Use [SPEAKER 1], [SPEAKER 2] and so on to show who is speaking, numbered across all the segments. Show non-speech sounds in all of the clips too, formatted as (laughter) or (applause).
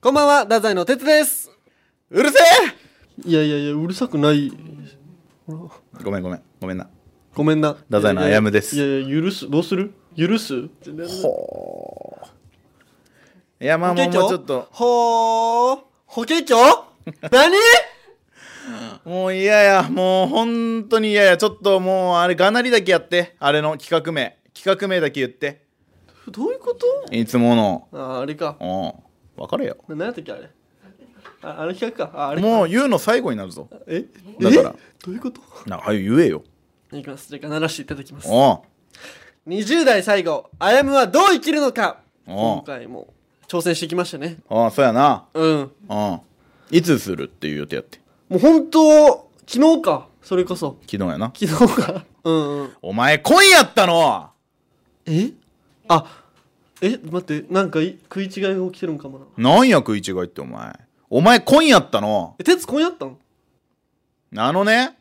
[SPEAKER 1] こんばんは、太宰の哲です。うるせえ。いやいやいや、うるさくない。
[SPEAKER 2] ごめんごめんごめんな
[SPEAKER 1] ごめんな。
[SPEAKER 2] 太宰のあやむです
[SPEAKER 1] いやいや、許す、どうする。許す。
[SPEAKER 2] いやまあ
[SPEAKER 1] 保
[SPEAKER 2] もう
[SPEAKER 1] 健
[SPEAKER 2] も
[SPEAKER 1] 庁
[SPEAKER 2] うちょっと
[SPEAKER 1] ほー保健庁何
[SPEAKER 2] もう嫌やもう本当に嫌やちょっともうあれがなりだけやってあれの企画名企画名だけ言って
[SPEAKER 1] どういうこと
[SPEAKER 2] いつもの
[SPEAKER 1] あーあれか
[SPEAKER 2] うん分かれよ
[SPEAKER 1] な何やったっけあれああの企画かああれ
[SPEAKER 2] もう言うの最後になるぞ
[SPEAKER 1] え
[SPEAKER 2] だから
[SPEAKER 1] えどういうこと
[SPEAKER 2] なはよ言えよ
[SPEAKER 1] いきますじゃあ鳴らしていただきます
[SPEAKER 2] お
[SPEAKER 1] 20代最後あやむはどう生きるのか
[SPEAKER 2] お
[SPEAKER 1] 今回も挑戦してきましたね
[SPEAKER 2] うああそうやな
[SPEAKER 1] うん
[SPEAKER 2] うんいつするっていう予定やって
[SPEAKER 1] もう本当昨日かそれこそ
[SPEAKER 2] 昨日やな
[SPEAKER 1] 昨日かうん、うん、
[SPEAKER 2] お前今夜やったの
[SPEAKER 1] えあえ待ってなんかい食い違いが起きてるんかもな
[SPEAKER 2] なんや食い違いってお前お前今夜やったの
[SPEAKER 1] え鉄今夜やったん
[SPEAKER 2] あのね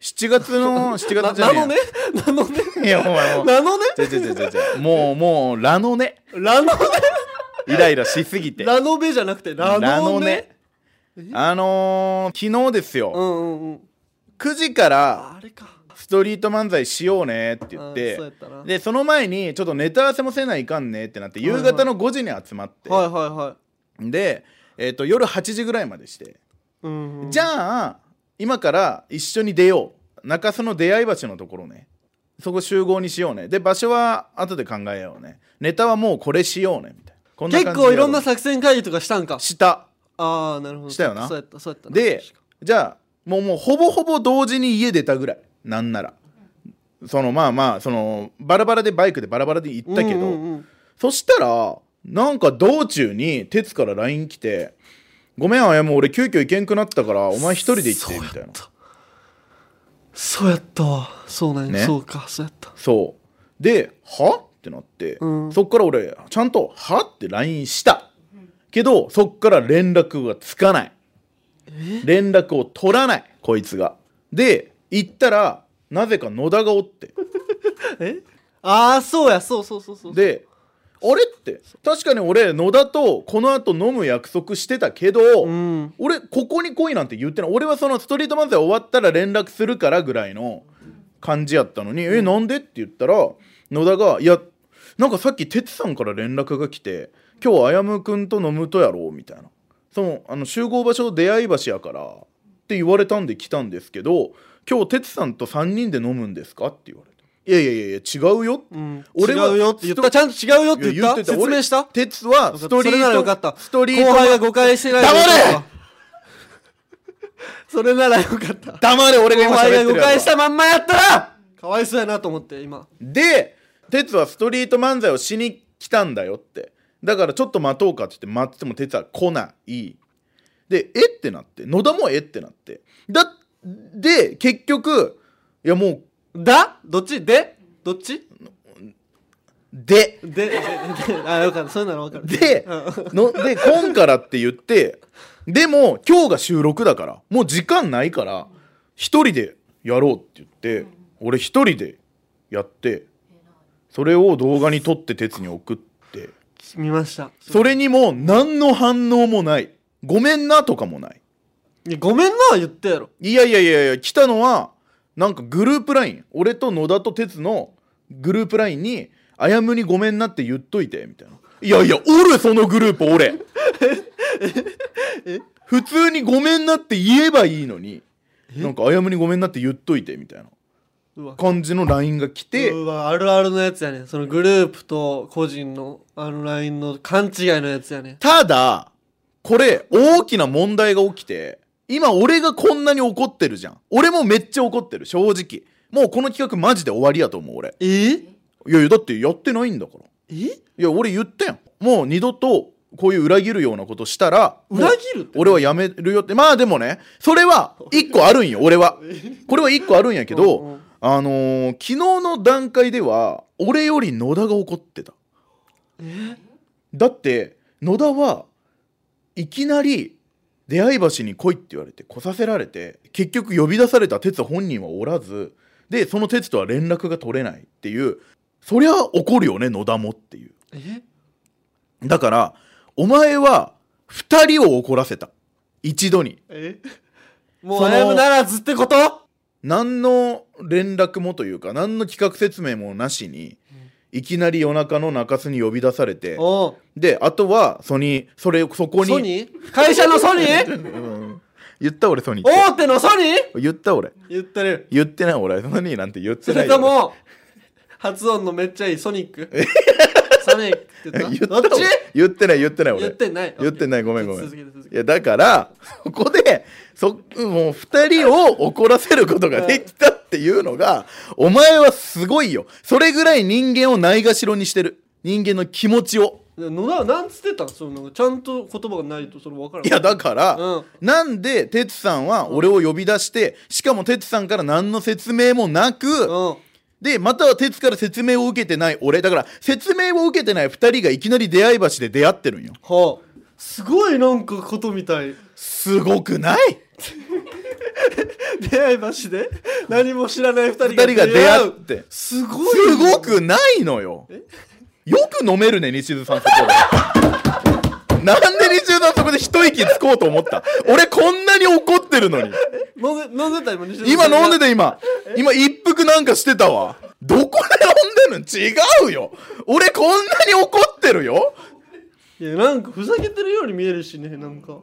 [SPEAKER 2] 7月の7
[SPEAKER 1] な
[SPEAKER 2] 月じゃ
[SPEAKER 1] な
[SPEAKER 2] ねえや
[SPEAKER 1] のね (laughs) なの
[SPEAKER 2] (laughs)
[SPEAKER 1] ね
[SPEAKER 2] いや、お前もう。
[SPEAKER 1] なのね
[SPEAKER 2] ちょちょちょちょちょもう、もう、ラノね。
[SPEAKER 1] ラノ
[SPEAKER 2] イライラしすぎ
[SPEAKER 1] ベ
[SPEAKER 2] て。
[SPEAKER 1] ラノベじゃなくてラノベ
[SPEAKER 2] ラノねあのー、昨日です
[SPEAKER 1] う
[SPEAKER 2] よ。
[SPEAKER 1] んうんうん
[SPEAKER 2] 9時から、
[SPEAKER 1] あれか
[SPEAKER 2] ストリート漫才しようねって言っ
[SPEAKER 1] あーそうや
[SPEAKER 2] て
[SPEAKER 1] っ、たな
[SPEAKER 2] で、その前に、ちょっとネタ合わせもせないかんねってなって、
[SPEAKER 1] いはい
[SPEAKER 2] 夕方の5時に集まって、
[SPEAKER 1] はいはいはい
[SPEAKER 2] で、えっ、と、夜8時ぐらいまでして、
[SPEAKER 1] うんうん
[SPEAKER 2] じゃあ、今から一緒に出よう。中洲の出会い橋のところね。そこ集合にしようね。で、場所は後で考えようね。ネタはもうこれしようね。みたいな。こんな
[SPEAKER 1] 結
[SPEAKER 2] 感じでや
[SPEAKER 1] 構
[SPEAKER 2] ろう
[SPEAKER 1] いろんな作戦会議とかしたんか
[SPEAKER 2] した
[SPEAKER 1] ああなるほど
[SPEAKER 2] したよな
[SPEAKER 1] そうやったそうやったな
[SPEAKER 2] でじゃあもうもうほぼほぼ同時に家出たぐらいなんならそのまあまあそのバラバラでバイクでバラバラで行ったけど、
[SPEAKER 1] うんうんうん
[SPEAKER 2] そしたらなんか道中に鉄から LINE 来て「ごめんあやもう俺急遽行けんくなったからお前一人で行って」みたいな
[SPEAKER 1] そうやったわそうなんや、
[SPEAKER 2] ね
[SPEAKER 1] そうかそうやった
[SPEAKER 2] そうで「は?」ってなって、
[SPEAKER 1] うん
[SPEAKER 2] そっから俺ちゃんと「は?」って LINE したけどそっから連絡がつかない連絡を取らないこいつがで行ったらなぜか野田がおって
[SPEAKER 1] えああそうやそうそうそうそう
[SPEAKER 2] で「あれ?」って確かに俺野田とこのあと飲む約束してたけど、
[SPEAKER 1] うん
[SPEAKER 2] 俺ここに来いなんて言ってない俺はそのストリート漫才終わったら連絡するからぐらいの感じやったのに「えなんで?」って言ったら野田が「いやなんかさっき哲さんから連絡が来て今日あやむくんと飲むとやろう」みたいな「そのあの集合場所出会い橋やから」って言われたんで来たんですけど「今日哲さんと3人で飲むんですか?」って言われて「いやいやいやいや違うよ」って
[SPEAKER 1] うん、
[SPEAKER 2] 俺は
[SPEAKER 1] 違うよって言ったちゃんと違うよって言った
[SPEAKER 2] 俺
[SPEAKER 1] 説明した
[SPEAKER 2] 哲はストリ
[SPEAKER 1] それならよ
[SPEAKER 2] ー
[SPEAKER 1] かっ
[SPEAKER 2] ト
[SPEAKER 1] た
[SPEAKER 2] ストリート
[SPEAKER 1] 後輩が誤解してないように
[SPEAKER 2] 黙れ
[SPEAKER 1] とか (laughs) それならよかった
[SPEAKER 2] 黙れ俺が
[SPEAKER 1] 後
[SPEAKER 2] 今
[SPEAKER 1] 輩
[SPEAKER 2] 喋
[SPEAKER 1] が
[SPEAKER 2] って
[SPEAKER 1] 誤
[SPEAKER 2] るや
[SPEAKER 1] 解
[SPEAKER 2] ろ
[SPEAKER 1] したまんまやったらかわいそうやなと思って今
[SPEAKER 2] で哲はストリート漫才をしに来たんだよってだからちょっと待とうかって言って待ってても哲は来ないでえってなって野田もえってなってだで結局いやもう
[SPEAKER 1] だどっちでどっち
[SPEAKER 2] で
[SPEAKER 1] ででであよかったそういうならわかる
[SPEAKER 2] で
[SPEAKER 1] うん
[SPEAKER 2] ので今からって言ってでも今日が収録だからもう時間ないから一人でやろうって言って俺一人でやってそれを動画に撮って哲に送って。
[SPEAKER 1] 見ました
[SPEAKER 2] それにも何の反応もない。ごめんなとかもない。
[SPEAKER 1] いやごめんな言ったやろ
[SPEAKER 2] いやいやいやいや、来たのは、なんかグループライン。俺と野田と哲のグループラインに、あやむにごめんなって言っといて、みたいな。いやいや、おる、そのグループ、俺。普通にごめんなって言えばいいのに、なんかあやむにごめんなって言っといて、みたいな
[SPEAKER 1] うわ
[SPEAKER 2] 感じのラインが来て、
[SPEAKER 1] うわあるあるのやつやねそのグループと個人のあのラインの勘違いのやつやね
[SPEAKER 2] ただこれ大きな問題が起きて今俺がこんなに怒ってるじゃん俺もめっちゃ怒ってる正直もうこの企画マジで終わりやと思う俺
[SPEAKER 1] え
[SPEAKER 2] いやいやだってやってないんだからい
[SPEAKER 1] え
[SPEAKER 2] や俺言ったやんもう二度とこういう裏切るようなことしたらもう
[SPEAKER 1] 裏切るって
[SPEAKER 2] 俺はやめるよってまあでもねそれは一個あるんよ俺はこれは一個あるんやけど、
[SPEAKER 1] うんうん
[SPEAKER 2] あのー昨日の段階では俺より野田が怒ってただって野田はいきなり出会い橋に来いって言われて来させられて結局呼び出された哲本人はおらずでその哲とは連絡が取れないっていうそりゃ怒るよね野田もっていう
[SPEAKER 1] え
[SPEAKER 2] だからお前は2人を怒らせた一度に
[SPEAKER 1] え (laughs) も
[SPEAKER 2] そうの
[SPEAKER 1] 謝ならずってこと
[SPEAKER 2] 何の連絡もというか何の企画説明もなしにいきなり夜中の中洲に呼び出されて
[SPEAKER 1] おう
[SPEAKER 2] であとはソニーそれそこに
[SPEAKER 1] ソニー会社のソニ
[SPEAKER 2] (laughs)
[SPEAKER 1] ー
[SPEAKER 2] うん言った俺ソニーって
[SPEAKER 1] 大手のソニー
[SPEAKER 2] 言った俺
[SPEAKER 1] 言ってる
[SPEAKER 2] 言ってない俺ソニーなんて言って
[SPEAKER 1] そ
[SPEAKER 2] な
[SPEAKER 1] れ
[SPEAKER 2] い
[SPEAKER 1] とも発音のめっちゃいいソニック (laughs) ソニックって
[SPEAKER 2] (laughs) (laughs)
[SPEAKER 1] 言
[SPEAKER 2] 言っ
[SPEAKER 1] ったたどっち
[SPEAKER 2] 俺言ってない言ってな
[SPEAKER 1] 言
[SPEAKER 2] い
[SPEAKER 1] っ
[SPEAKER 2] 俺
[SPEAKER 1] てない
[SPEAKER 2] 言ってないごめんごめん
[SPEAKER 1] 続けて続け
[SPEAKER 2] いやだからそこでそもう2人を怒らせることができたっていうのがお前はすごいよそれぐらい人間をないがしろにしてる人間の気持ちを
[SPEAKER 1] て野田はなんつってたのそのちゃんと言葉がないとそれ分からない
[SPEAKER 2] いやだから、
[SPEAKER 1] うん
[SPEAKER 2] なんで哲さんは俺を呼び出してしかも哲さんから何の説明もなく、
[SPEAKER 1] うん
[SPEAKER 2] でまたは哲から説明を受けてない俺だから説明を受けてない2人がいきなり出会い橋で出会ってるんよ
[SPEAKER 1] はあすごいなんかことみたい
[SPEAKER 2] すごくない
[SPEAKER 1] 出会い橋で (laughs) 何も知らない二人
[SPEAKER 2] 二人が出会うって
[SPEAKER 1] すごい
[SPEAKER 2] すごくないのよよく飲めるね西津さんそこでなんで西津さんそこで一息つこうと思った俺こんなに怒ってるのに
[SPEAKER 1] 飲んで飲んでた今西
[SPEAKER 2] 今
[SPEAKER 1] 野さ
[SPEAKER 2] 飲ん
[SPEAKER 1] が
[SPEAKER 2] でた今今一服なんかしてたわどこで飲んでるの違うよ俺こんなに怒ってるよ
[SPEAKER 1] いやなんかふざけてるように見えるしねなんか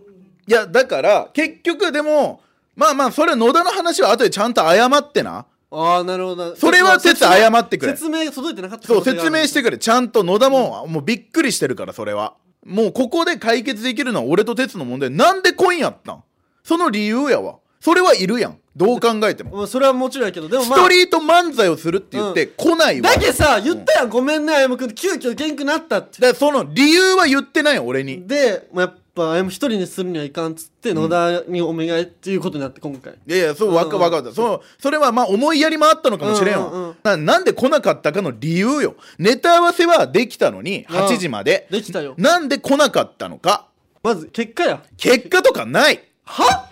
[SPEAKER 2] いやだから結局でもまあまあそれは野田の話は後でちゃんと謝ってな
[SPEAKER 1] ああなるほど
[SPEAKER 2] それは哲
[SPEAKER 1] 説明
[SPEAKER 2] 謝ってくれ
[SPEAKER 1] 説明届いてなかった
[SPEAKER 2] そう説明しててくれちゃんと野田ももうびっくりしてるからそれはもうここで解決できるのは俺と哲の問題なんで今夜やったんその理由やわそれはいるやんどう考えても
[SPEAKER 1] まあそれはもちろんやけどでも
[SPEAKER 2] ス
[SPEAKER 1] まあ
[SPEAKER 2] トリート漫才をするって言って来ないわ
[SPEAKER 1] だけどさ言ったやん、ごめんねあやむくん急遽元気になったって
[SPEAKER 2] だからその理由は言ってないよ俺に
[SPEAKER 1] でもうやっぱあやむ一人にするにはいかんっつって野田にお願いっていうことになって今回
[SPEAKER 2] いやいやそうわか
[SPEAKER 1] うんうん
[SPEAKER 2] わかったそのそれはまあ思いやりもあったのかもしれんわ、
[SPEAKER 1] うんうんうん
[SPEAKER 2] ななんで来なかったかの理由よネタ合わせはできたのに
[SPEAKER 1] うん
[SPEAKER 2] 8時まで、
[SPEAKER 1] できたよ
[SPEAKER 2] なんで来なかったのか
[SPEAKER 1] まず結果や
[SPEAKER 2] 結果とかない
[SPEAKER 1] は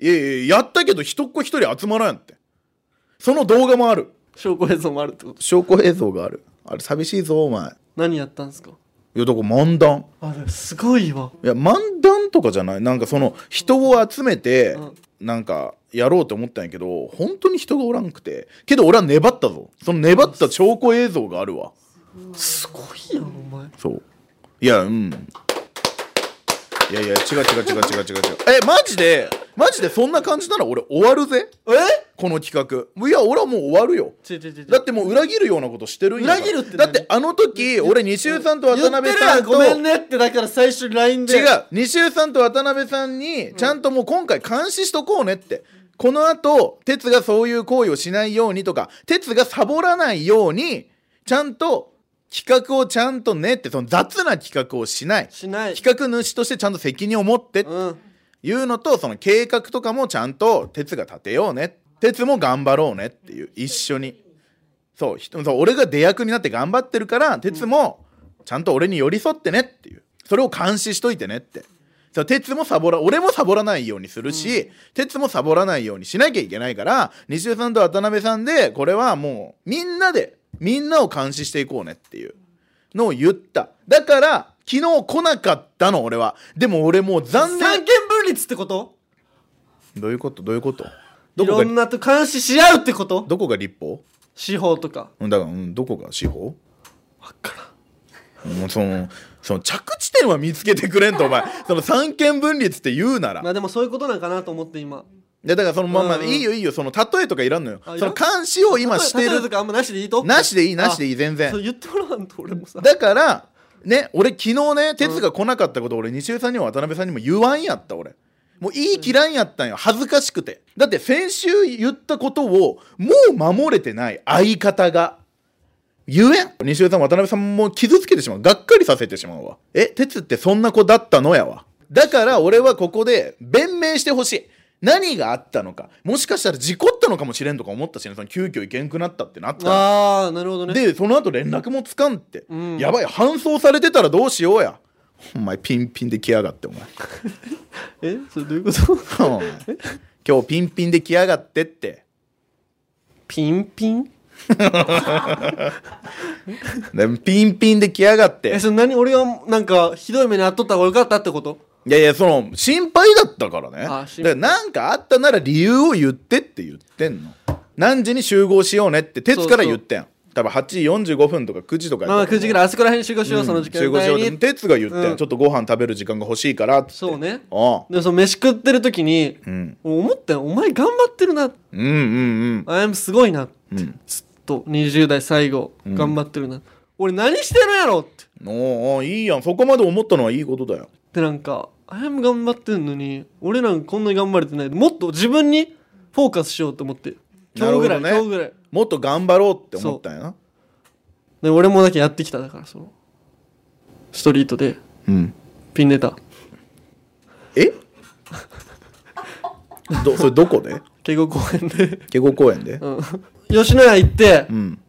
[SPEAKER 1] い
[SPEAKER 2] やいややったけど一っ子一人集まらんってその動画もある
[SPEAKER 1] 証拠映像もあるってこと
[SPEAKER 2] 証拠映像があるあれ寂しいぞお前い
[SPEAKER 1] 何やったんすか
[SPEAKER 2] やだから漫談
[SPEAKER 1] あれすごいわ
[SPEAKER 2] いや漫談とかじゃないなんかその人を集めて、なんかやろうと思ったんやけど本当に人がおらんくてけど俺は粘ったぞその粘った証拠映像があるわ
[SPEAKER 1] すごいやんお前
[SPEAKER 2] そういやうんいやいや違う違う違う違う違う違うえマジでマジでそんな感じなら俺終わるぜ
[SPEAKER 1] え
[SPEAKER 2] この企画いや俺はもう終わるよ
[SPEAKER 1] ちょちょちょちょ
[SPEAKER 2] だってもう裏切るようなことしてるんやから
[SPEAKER 1] 裏切るって
[SPEAKER 2] だ
[SPEAKER 1] 何
[SPEAKER 2] ってあの時俺西尾さんと渡辺
[SPEAKER 1] 言っ
[SPEAKER 2] さ
[SPEAKER 1] て
[SPEAKER 2] ん
[SPEAKER 1] る
[SPEAKER 2] と
[SPEAKER 1] やごめんねってだから最初に LINE で
[SPEAKER 2] 違う西尾さんと渡辺さんにちゃんともう今回監視しとこうねって、このあと哲がそういう行為をしないようにとか哲がサボらないようにちゃんと企画をちゃんとねってその雑な企画をしない
[SPEAKER 1] しない
[SPEAKER 2] 企画主としてちゃんと責任を持ってって
[SPEAKER 1] うん
[SPEAKER 2] いうのとその計画とかもちゃんと哲が立てようね哲も頑張ろうねっていう一緒にそうひそう俺が出役になって頑張ってるから哲もちゃんと俺に寄り添ってねっていうそれを監視しといてねってそう哲もサボら俺もサボらないようにするし哲、もサボらないようにしなきゃいけないから西尾さんと渡辺さんでこれはもうみんなでみんなを監視していこうねっていうのを言っただから昨日来なかったの俺はでも俺もう残
[SPEAKER 1] 三
[SPEAKER 2] 念
[SPEAKER 1] 権分立ってこと
[SPEAKER 2] どういうことどういうことど
[SPEAKER 1] い
[SPEAKER 2] こ
[SPEAKER 1] ろ
[SPEAKER 2] が
[SPEAKER 1] んなと監視し合うってこと
[SPEAKER 2] どこが立法
[SPEAKER 1] 司法とか
[SPEAKER 2] うんだから、うん、どこが司法
[SPEAKER 1] 分か
[SPEAKER 2] もうそのその着地点は見つけてくれんとお前その三権分立って言うな
[SPEAKER 1] ら
[SPEAKER 2] ら
[SPEAKER 1] んまあでもそういうことなんかなと思って今
[SPEAKER 2] でだからそのまあまあ
[SPEAKER 1] うんうん
[SPEAKER 2] いいよいいよその例えとかいらんのよ
[SPEAKER 1] あ
[SPEAKER 2] そ
[SPEAKER 1] いら
[SPEAKER 2] の
[SPEAKER 1] ん
[SPEAKER 2] 監視を今して
[SPEAKER 1] 例えと
[SPEAKER 2] る
[SPEAKER 1] かあんまなしでいいと
[SPEAKER 2] なしでいいなしでい
[SPEAKER 1] い
[SPEAKER 2] い全
[SPEAKER 1] そ
[SPEAKER 2] 然
[SPEAKER 1] う言ってもらわんと俺もさ
[SPEAKER 2] だからね俺昨日ね哲が来なかったこと俺西江さんにも渡辺さんにも言わんやった俺もういい嫌いやったんよ恥ずかしくてだって先週言ったことをもう守れてない相方が言えん西江さん渡辺さんも傷つけてしまうがっかりさせてしまうわえ哲ってそんな子だったのやわだから俺はここで弁明してほしい何があったのかもしかしたら事故ったのかもしれんとか思ったしねその急遽行けんくなったってなったら
[SPEAKER 1] ああなるほどね
[SPEAKER 2] でその後連絡もつかんって、
[SPEAKER 1] ん
[SPEAKER 2] やばい搬送されてたらどうしようやお前ピンピンで来やがっ
[SPEAKER 1] (laughs)
[SPEAKER 2] てお前
[SPEAKER 1] えそれどういうこと
[SPEAKER 2] お前今日ピンピンで来やがってって
[SPEAKER 1] ピンピン
[SPEAKER 2] でピンピンで来やがって
[SPEAKER 1] えそれ何俺がなんかひどい目に遭っとった方がよかったってこと
[SPEAKER 2] いやいやその心配だったからねだ
[SPEAKER 1] あ
[SPEAKER 2] か
[SPEAKER 1] 心
[SPEAKER 2] ら
[SPEAKER 1] 配
[SPEAKER 2] なんかあったなら理由を言ってって言ってんの何時に集合しようねって鉄から言ってん多分8時45分とか9時とかや
[SPEAKER 1] まあ9時ぐらいあそこら辺に集合しよう、
[SPEAKER 2] うん
[SPEAKER 1] その時間
[SPEAKER 2] 集合しよう
[SPEAKER 1] 帯
[SPEAKER 2] って
[SPEAKER 1] に
[SPEAKER 2] 鉄が言ってん、
[SPEAKER 1] うん
[SPEAKER 2] ちょっとご飯食べる時間が欲しいからって
[SPEAKER 1] そうね
[SPEAKER 2] ああ
[SPEAKER 1] でその飯食ってる時に、
[SPEAKER 2] うん
[SPEAKER 1] もう思ったよお前頑張ってるな
[SPEAKER 2] うんうん
[SPEAKER 1] あやむすごいなって
[SPEAKER 2] うんうん
[SPEAKER 1] ずっと20代最後
[SPEAKER 2] うん
[SPEAKER 1] 頑張ってるな、俺何してるんやろって
[SPEAKER 2] おうおういいやんそこまで思ったのはいいことだよ
[SPEAKER 1] でなんかあやむ頑張ってんのに俺なんかこんなに頑張れてないもっと自分にフォーカスしようと思って今日ぐらい、
[SPEAKER 2] なる
[SPEAKER 1] 今
[SPEAKER 2] ほど
[SPEAKER 1] 日
[SPEAKER 2] ね
[SPEAKER 1] ぐらい
[SPEAKER 2] もっと頑張ろうって思ったんやな
[SPEAKER 1] で俺もだけやってきただからそのストリートで
[SPEAKER 2] うん
[SPEAKER 1] ピンネタ
[SPEAKER 2] え (laughs) どそれどこで
[SPEAKER 1] 敬語公園で、
[SPEAKER 2] 下校公園で
[SPEAKER 1] うん、吉野家行って、
[SPEAKER 2] うん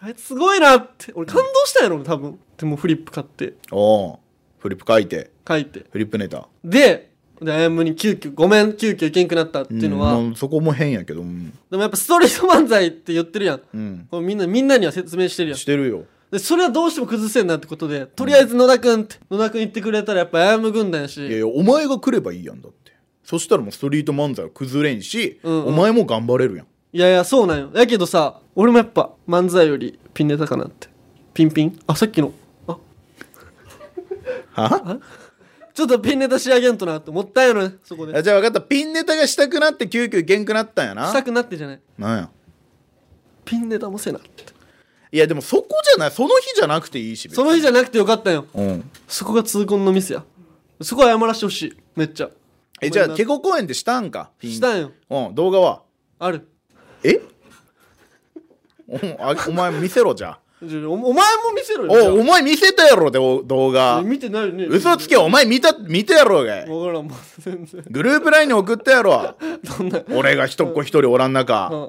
[SPEAKER 1] あいつすごいなって俺感動したやろ多分でもうフリップ買って
[SPEAKER 2] おうフリップ書いて
[SPEAKER 1] 書いて
[SPEAKER 2] フリップネタ
[SPEAKER 1] でであやむに急遽ごめん急遽行けんくなったっていうのは、
[SPEAKER 2] うんまあそこも変やけどうん、
[SPEAKER 1] でもやっぱストリート漫才って言ってるやん
[SPEAKER 2] うん、
[SPEAKER 1] これみんなみんなには説明してるやん
[SPEAKER 2] してるよ
[SPEAKER 1] でそれはどうしても崩せんなってことでとりあえず野田くんって野田くん言ってくれたらやっぱあやむ軍団やし
[SPEAKER 2] いやいやお前が来ればいいやんだってそしたらもうストリート漫才は崩れんし、
[SPEAKER 1] うんうん
[SPEAKER 2] お前も頑張れるやん
[SPEAKER 1] いやいやそうなんよやけどさ俺もやっぱ漫才よりピンネタかなってピンピンあさっきのあ
[SPEAKER 2] は
[SPEAKER 1] ちょっとピンネタ仕上げんとなって思ったんやろねそこで
[SPEAKER 2] あじゃあ分かったピンネタがしたくなって急遽いけんくなったんやな
[SPEAKER 1] したくなってじゃない
[SPEAKER 2] なんや
[SPEAKER 1] ピンネタもせなって
[SPEAKER 2] いやでもそこじゃないその日じゃなくていいし
[SPEAKER 1] その日じ
[SPEAKER 2] ゃ
[SPEAKER 1] ゃなくてよかったんよ
[SPEAKER 2] うん
[SPEAKER 1] そこが痛恨のミスやそこは謝らしてほしいめっちゃ
[SPEAKER 2] えじゃ
[SPEAKER 1] ごめ
[SPEAKER 2] あ
[SPEAKER 1] んな
[SPEAKER 2] ケゴ公演でしたんかピン
[SPEAKER 1] したんよ
[SPEAKER 2] うん動画は
[SPEAKER 1] ある
[SPEAKER 2] え (laughs) おあお前見せろじゃあ
[SPEAKER 1] おお前も見せろ (laughs) よじゃあ
[SPEAKER 2] おお前見せたやろでお
[SPEAKER 1] (laughs)
[SPEAKER 2] 動画
[SPEAKER 1] 見てないよね
[SPEAKER 2] 嘘つけお前見た見てやろうがい
[SPEAKER 1] 分からんもう全然
[SPEAKER 2] グループラインに送ったやろ
[SPEAKER 1] (laughs) どんな
[SPEAKER 2] 俺が一っ子一人おらん中
[SPEAKER 1] あ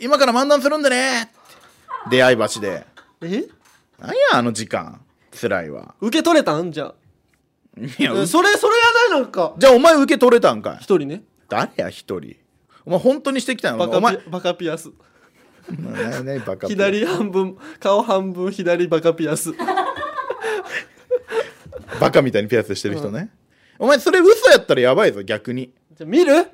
[SPEAKER 2] 今から漫談するんだね出会い橋で
[SPEAKER 1] え
[SPEAKER 2] なんやあの時間つらいわ
[SPEAKER 1] 受け取れたんじゃ
[SPEAKER 2] いや
[SPEAKER 1] あそれそれやないなんか
[SPEAKER 2] じゃあお前受け取れたんかい
[SPEAKER 1] 一人ね
[SPEAKER 2] 誰や一人お前本当にしてきたの
[SPEAKER 1] バ
[SPEAKER 2] お
[SPEAKER 1] カ
[SPEAKER 2] 前
[SPEAKER 1] ピバカピアス
[SPEAKER 2] 何何バカ
[SPEAKER 1] 左半分顔半分左バカピアス
[SPEAKER 2] バカみたいにピアスしてる人ね、お前それ嘘やったらやばいぞ逆に
[SPEAKER 1] じゃあ見る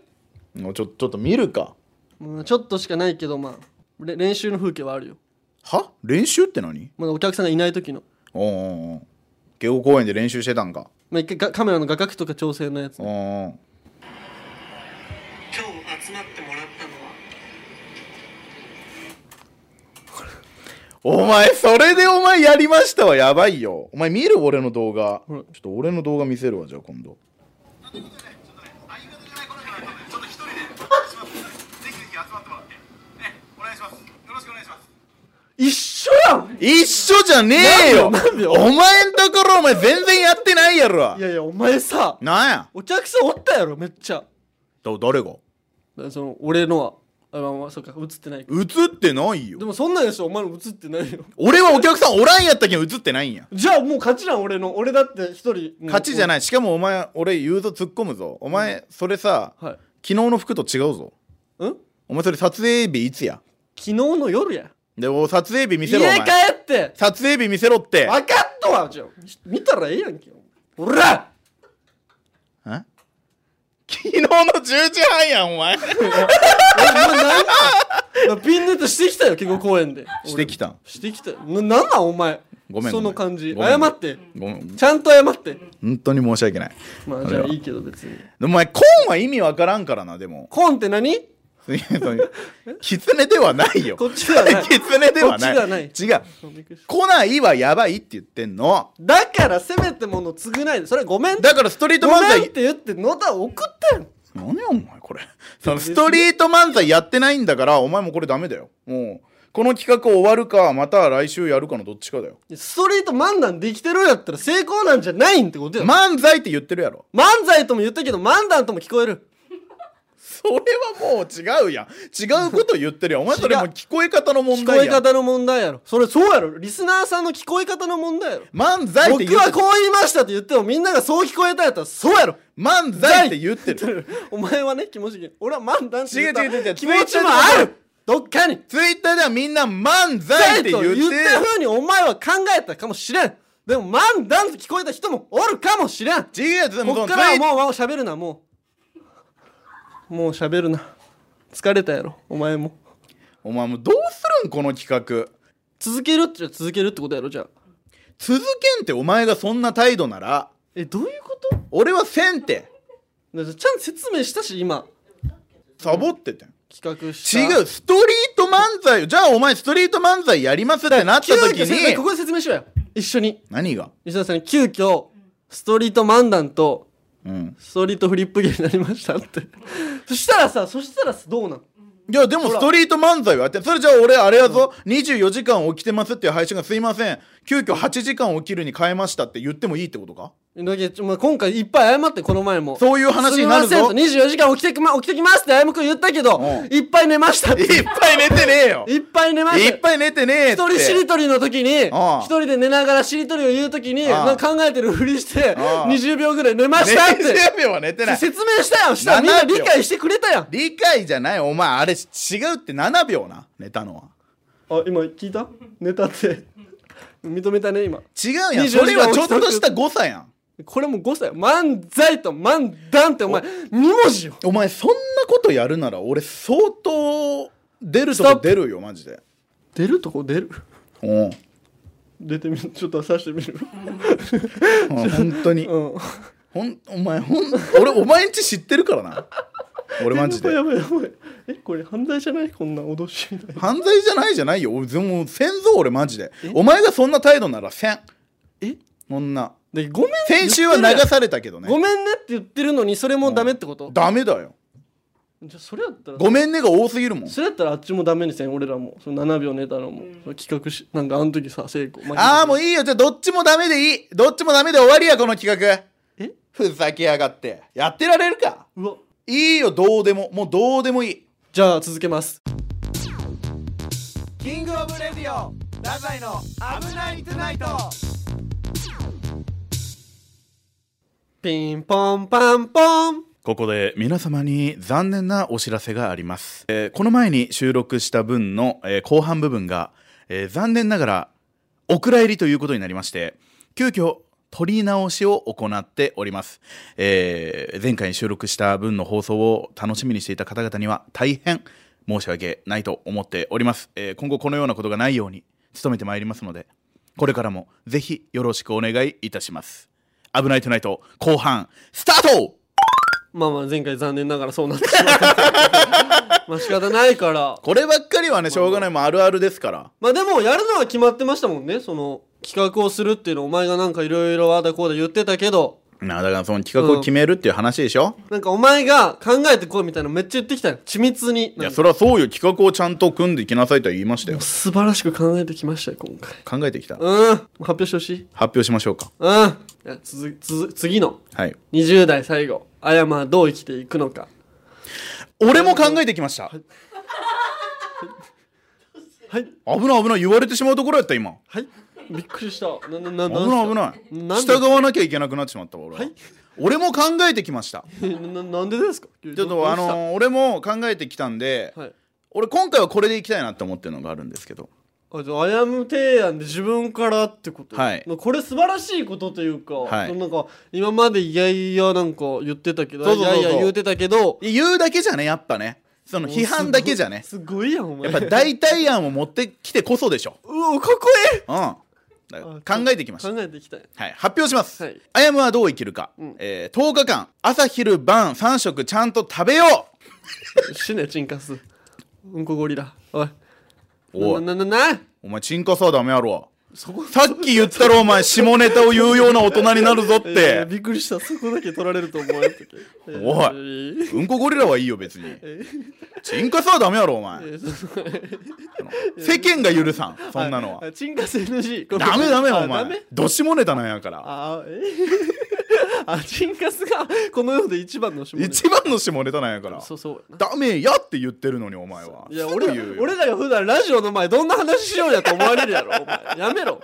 [SPEAKER 2] もうちょちょっと見るか
[SPEAKER 1] うんちょっとしかないけどまあれ練習の風景はあるよ
[SPEAKER 2] は練習って何
[SPEAKER 1] まだお客さんがいない時の
[SPEAKER 2] おうおうおう慶応公園で練習してたんか
[SPEAKER 1] まあ、一回がカメラの画角とか調整のやつ
[SPEAKER 2] おうおう
[SPEAKER 3] 今日集まってもらったのは
[SPEAKER 2] お前それでお前やりましたわやばいよお前見る俺の動画ち
[SPEAKER 1] ほ
[SPEAKER 2] ょ
[SPEAKER 1] ら
[SPEAKER 2] っと俺の動画見せるわじゃあ今度
[SPEAKER 4] 相方じゃないこの人なんでちょっと一人でしますぜひぜひ集まってもらってねお願いしますよろしくお願いします
[SPEAKER 1] 一緒やん
[SPEAKER 2] 一緒じゃねえよ
[SPEAKER 1] 何秒
[SPEAKER 2] お前んところお前全然やってないやろ
[SPEAKER 1] いやいやお前さ
[SPEAKER 2] なんや
[SPEAKER 1] お客さんおったやろめっちゃだか
[SPEAKER 2] だ誰が
[SPEAKER 1] らその俺のはあまあまあそうか映ってないか
[SPEAKER 2] 映ってない
[SPEAKER 1] で
[SPEAKER 2] よ
[SPEAKER 1] もそんなんでしょお前の映ってないよ
[SPEAKER 2] 俺はお客さんおらんやったけん映ってないんや
[SPEAKER 1] じゃあもう勝ちなん俺の俺だって一人
[SPEAKER 2] 勝ちじゃ
[SPEAKER 1] い
[SPEAKER 2] ないしかもお前俺言うぞ突っ込むぞお前それさ昨
[SPEAKER 1] はい
[SPEAKER 2] 日の服と違うぞ
[SPEAKER 1] うん昨
[SPEAKER 2] お前それ撮影日いつや
[SPEAKER 1] 日の夜や
[SPEAKER 2] でお撮影日見
[SPEAKER 1] 家
[SPEAKER 2] せろお前
[SPEAKER 1] 帰って
[SPEAKER 2] 撮影日見せろって
[SPEAKER 1] 分かっとわじゃあ見たらええやんけおら
[SPEAKER 2] え昨日の10時半やんお
[SPEAKER 1] (laughs)
[SPEAKER 2] 前
[SPEAKER 1] お前なんかまあピンネットしてきたよ結構公園で
[SPEAKER 2] してきたん
[SPEAKER 1] 俺してきたよななんなんお前
[SPEAKER 2] ごめんごめん
[SPEAKER 1] その感じ
[SPEAKER 2] ごめ
[SPEAKER 1] 謝
[SPEAKER 2] ん
[SPEAKER 1] って
[SPEAKER 2] ごめん
[SPEAKER 1] ちゃんと謝って
[SPEAKER 2] 本当に申し訳ない
[SPEAKER 1] まあ
[SPEAKER 2] そ
[SPEAKER 1] じ
[SPEAKER 2] れ
[SPEAKER 1] ゃ
[SPEAKER 2] は
[SPEAKER 1] あいいけど別に
[SPEAKER 2] お前コーンは意味わからんからなでも (laughs)
[SPEAKER 1] コーンって何
[SPEAKER 2] いやそのキツネではないよ
[SPEAKER 1] こっちでは
[SPEAKER 2] (laughs)
[SPEAKER 1] ない
[SPEAKER 2] キツネではな
[SPEAKER 1] こっ
[SPEAKER 2] い
[SPEAKER 1] ちではない
[SPEAKER 2] 違う来ないはやばいって言ってんの
[SPEAKER 1] だからせめてもの償いでそれはごめん
[SPEAKER 2] だからストリート
[SPEAKER 1] ご
[SPEAKER 2] 漫
[SPEAKER 1] めんっ
[SPEAKER 2] 才
[SPEAKER 1] て言って野田送ったよ
[SPEAKER 2] 何やお前
[SPEAKER 1] (laughs)
[SPEAKER 2] これそのストリート漫才やってないんだからお前もこれダメだよもうこの企画終わるかまた来週やるかのどっちかだよ
[SPEAKER 1] ストリート漫談できてるんやったら成功なんじゃないんってことよ、
[SPEAKER 2] 漫才って言ってるやろ
[SPEAKER 1] 漫才とも言ったけど漫談とも聞こえる
[SPEAKER 2] それはもう違うやん違うこと言ってるやんお前それもう聞こえ方の問
[SPEAKER 1] 聞こ
[SPEAKER 2] 題
[SPEAKER 1] え
[SPEAKER 2] やん
[SPEAKER 1] 方の問題やろそれそうやろリスナーさんの聞こえ方の問題やろ
[SPEAKER 2] 漫才って
[SPEAKER 1] 僕
[SPEAKER 2] 言っ
[SPEAKER 1] は
[SPEAKER 2] て
[SPEAKER 1] こう言いましたって言ってもみんながそう聞こえたんやったらそうやろ
[SPEAKER 2] 漫才って言って
[SPEAKER 1] (laughs)
[SPEAKER 2] る
[SPEAKER 1] お前はね気持ちいい俺は漫談って言った
[SPEAKER 2] 違う違う違う
[SPEAKER 1] 気持ちもあるどっかに
[SPEAKER 2] ツイッターではみんな漫才って言って
[SPEAKER 1] 言った風にお前は考えたかもしれんでも漫談って聞こえた人もおるかもしれんこ
[SPEAKER 2] 違うやつでもそ
[SPEAKER 1] っ
[SPEAKER 2] の
[SPEAKER 1] からは
[SPEAKER 2] ツイ
[SPEAKER 1] もうわ喋るなもうもう喋るな疲れたやろお前も
[SPEAKER 2] お前もうどうするんこの企画
[SPEAKER 1] 続けるってじゃあ続けるってことやろじゃあ
[SPEAKER 2] 続けんってお前がそんな態度なら
[SPEAKER 1] えどういうこと
[SPEAKER 2] 俺はせんって
[SPEAKER 1] だからちゃんと説明したし今
[SPEAKER 2] サボっててん
[SPEAKER 1] 企画した
[SPEAKER 2] 違うストリート漫才をじゃあお前ストリート漫才やりますってなった
[SPEAKER 1] 急
[SPEAKER 2] 時
[SPEAKER 1] 遽せこ
[SPEAKER 2] に
[SPEAKER 1] こで説明しようや一緒に
[SPEAKER 2] 何が
[SPEAKER 1] 吉田さんに急遽ストリート漫談と
[SPEAKER 2] うん
[SPEAKER 1] ストリートフリップ芸になりましたって (laughs) そしたらさそしたらさどうなん
[SPEAKER 2] いやでもストリート漫才をやってそれじゃあ俺あれやぞ、24時間起きてますっていう配信がすいません急遽8時間起きるに変えましたって言ってもいいってことか
[SPEAKER 1] だけど、まあ、今回いっぱい謝ってこの前も
[SPEAKER 2] そういう話になるぞ
[SPEAKER 1] すみませんと24時間起きてきま起きてきますってあやむくん言ったけど、
[SPEAKER 2] うん
[SPEAKER 1] いっぱい寝ましたって
[SPEAKER 2] いっぱい寝てねえよ
[SPEAKER 1] いっぱい寝まし
[SPEAKER 2] い
[SPEAKER 1] た
[SPEAKER 2] っぱい寝てねえって
[SPEAKER 1] 一人しりとりの時に
[SPEAKER 2] ああ
[SPEAKER 1] 一人で寝ながらしりとりを言う時に
[SPEAKER 2] ああ
[SPEAKER 1] なんか考えてるふりして
[SPEAKER 2] ああ
[SPEAKER 1] 20秒ぐらい寝ましたって
[SPEAKER 2] 0秒は寝てない
[SPEAKER 1] 説明したよしたらみんな
[SPEAKER 2] 7秒
[SPEAKER 1] 理解してくれたやん
[SPEAKER 2] 理解じゃないお前あれ違うって7秒な寝たのは
[SPEAKER 1] あ今聞いた寝たって認めたね今
[SPEAKER 2] 違うや
[SPEAKER 1] 24
[SPEAKER 2] んそれはちょっとした誤差やん
[SPEAKER 1] これも5歳漫才と漫談ってお前2文字よ
[SPEAKER 2] お前そんなことやるなら俺相当出るとこ出るよマジで
[SPEAKER 1] 出るとこ出る
[SPEAKER 2] うん
[SPEAKER 1] 出てみるちょっと刺してみる
[SPEAKER 2] うん本当に
[SPEAKER 1] うん
[SPEAKER 2] ほんお前ほん俺お前んち知ってるからな俺マジで
[SPEAKER 1] やばいやばいえこれ犯罪じゃないこんな脅しみたいな
[SPEAKER 2] 犯罪じゃないじゃないよ俺全もうせんぞ俺マジでお前がそんな態度ならせん
[SPEAKER 1] え
[SPEAKER 2] そんな
[SPEAKER 1] でごめん
[SPEAKER 2] 先週は流
[SPEAKER 1] 言ってる
[SPEAKER 2] されたけど
[SPEAKER 1] やんご
[SPEAKER 2] ね
[SPEAKER 1] めんねって言ってるのにそれもダメってこと、
[SPEAKER 2] ダメだよ
[SPEAKER 1] じゃあそれやったら
[SPEAKER 2] ごめんねが多すぎるもん
[SPEAKER 1] それやったらあっちもダメにせん俺らもその7秒寝たのも、その企画しなんかあの時さ成功
[SPEAKER 2] ああも
[SPEAKER 1] う
[SPEAKER 2] ういいよじゃあどっちもダメでいいどっちもダメで終わりやこの企画
[SPEAKER 1] え
[SPEAKER 2] ふざけやがってやってられるか
[SPEAKER 1] うわ
[SPEAKER 2] いいよどうでももうどうでもいい
[SPEAKER 1] じゃあ続けます
[SPEAKER 2] キングオブレディオダザイの危ないトゥナイト
[SPEAKER 1] ピンポンパンポン
[SPEAKER 2] ここで皆様に残念なお知らせがあります、えーこの前に収録した分の、えー後半部分が、えー残念ながらお蔵入りということになりまして急遽取り直しを行っております、えー前回収録した分の放送を楽しみにしていた方々には大変申し訳ないと思っております、えー今後このようなことがないように努めてまいりますのでこれからもぜひよろしくお願いいたします危ないトゥナイト後半スタート
[SPEAKER 1] まあまあ前回残念ながらそうなってしまった (laughs) まあ仕方ないから
[SPEAKER 2] こればっかりはねしょうがないもうあるあるですから
[SPEAKER 1] まあでもやるのは決まってましたもんねその企画をするっていうのお前がなんかいろいろああだこうだ言ってたけど
[SPEAKER 2] なあだからその企画を決めるっていう話でしょ、
[SPEAKER 1] なんかお前が考えてこいみたいなのめっちゃ言ってきたよ緻密に
[SPEAKER 2] い
[SPEAKER 1] なん
[SPEAKER 2] や
[SPEAKER 1] か
[SPEAKER 2] それはそうよ企画をちゃんと組んでいきなさいとは言いましたよ
[SPEAKER 1] 素晴らしく考えてきましたよ今回
[SPEAKER 2] 考えてきた発
[SPEAKER 1] うん発表してほしい
[SPEAKER 2] 表しましょうか
[SPEAKER 1] うんいや続続次の
[SPEAKER 2] はい
[SPEAKER 1] 20代最後あやまはどう生きていくのか
[SPEAKER 2] 俺も考えてきました
[SPEAKER 1] はい
[SPEAKER 2] 危ない危ない言われてしまうところやった今
[SPEAKER 1] はいびっくりしたななな
[SPEAKER 2] 危
[SPEAKER 1] なん
[SPEAKER 2] ない
[SPEAKER 1] な
[SPEAKER 2] 危ない
[SPEAKER 1] んで
[SPEAKER 2] 従わなきゃいけなくなってしまったわ俺は、
[SPEAKER 1] はい
[SPEAKER 2] 俺も考えてきました
[SPEAKER 1] ななんでですかちょ
[SPEAKER 2] ちょっとあのー俺も考えてきたんで、
[SPEAKER 1] はい
[SPEAKER 2] 俺今回はこれでいきたいなって思ってるのがあるんですけど
[SPEAKER 1] あじゃああやむ提案で自分からってこと、
[SPEAKER 2] はい
[SPEAKER 1] まあこれ素晴らしいことというか、
[SPEAKER 2] はい
[SPEAKER 1] そのなんか今までいやいやなんか言ってたけど
[SPEAKER 2] そうそうそうそう
[SPEAKER 1] やいや言ってたけど
[SPEAKER 2] 言うだけじゃねやっぱねその批判だけじゃね
[SPEAKER 1] すごいすごいやんお
[SPEAKER 2] や
[SPEAKER 1] 前
[SPEAKER 2] っぱ代替案を持ってきてこそでしょ
[SPEAKER 1] うわかっこいい
[SPEAKER 2] うん。だから考えてきました。
[SPEAKER 1] 考えてきたよ
[SPEAKER 2] はい、発表します。
[SPEAKER 1] はい
[SPEAKER 2] あやむはどう生きるか、えー10日間、朝昼晩3食ちゃんと食べよ
[SPEAKER 1] 死ねチンカスうんこゴリラおいう
[SPEAKER 2] おい、
[SPEAKER 1] なななな
[SPEAKER 2] お前、チンカスはダメやろ。さっき言ったろ、お前、下ネタを言うような大人になるぞっ
[SPEAKER 1] いやいや
[SPEAKER 2] て。
[SPEAKER 1] びっくりしたそこだけ取られると思われて
[SPEAKER 2] お
[SPEAKER 1] い
[SPEAKER 2] うんこゴリラはいいよ、別に。チンカスはダメやろ、お前。世間が許さん、そんなのは。
[SPEAKER 1] チンカス NG
[SPEAKER 2] ダメダメ、お
[SPEAKER 1] あダ
[SPEAKER 2] 前
[SPEAKER 1] メ。
[SPEAKER 2] ど下ネタなんやから。
[SPEAKER 1] あえ (laughs) あチンカスがこの世で一番の下ネタ
[SPEAKER 2] 一番の下ネタなんやから。
[SPEAKER 1] そうそうやな
[SPEAKER 2] ダメやって言ってるのに、お前は。
[SPEAKER 1] いや
[SPEAKER 2] すぐ
[SPEAKER 1] 俺
[SPEAKER 2] 言うよ
[SPEAKER 1] 俺らが普段ラジオの前どんな話しようやと思われるやろお前やめろ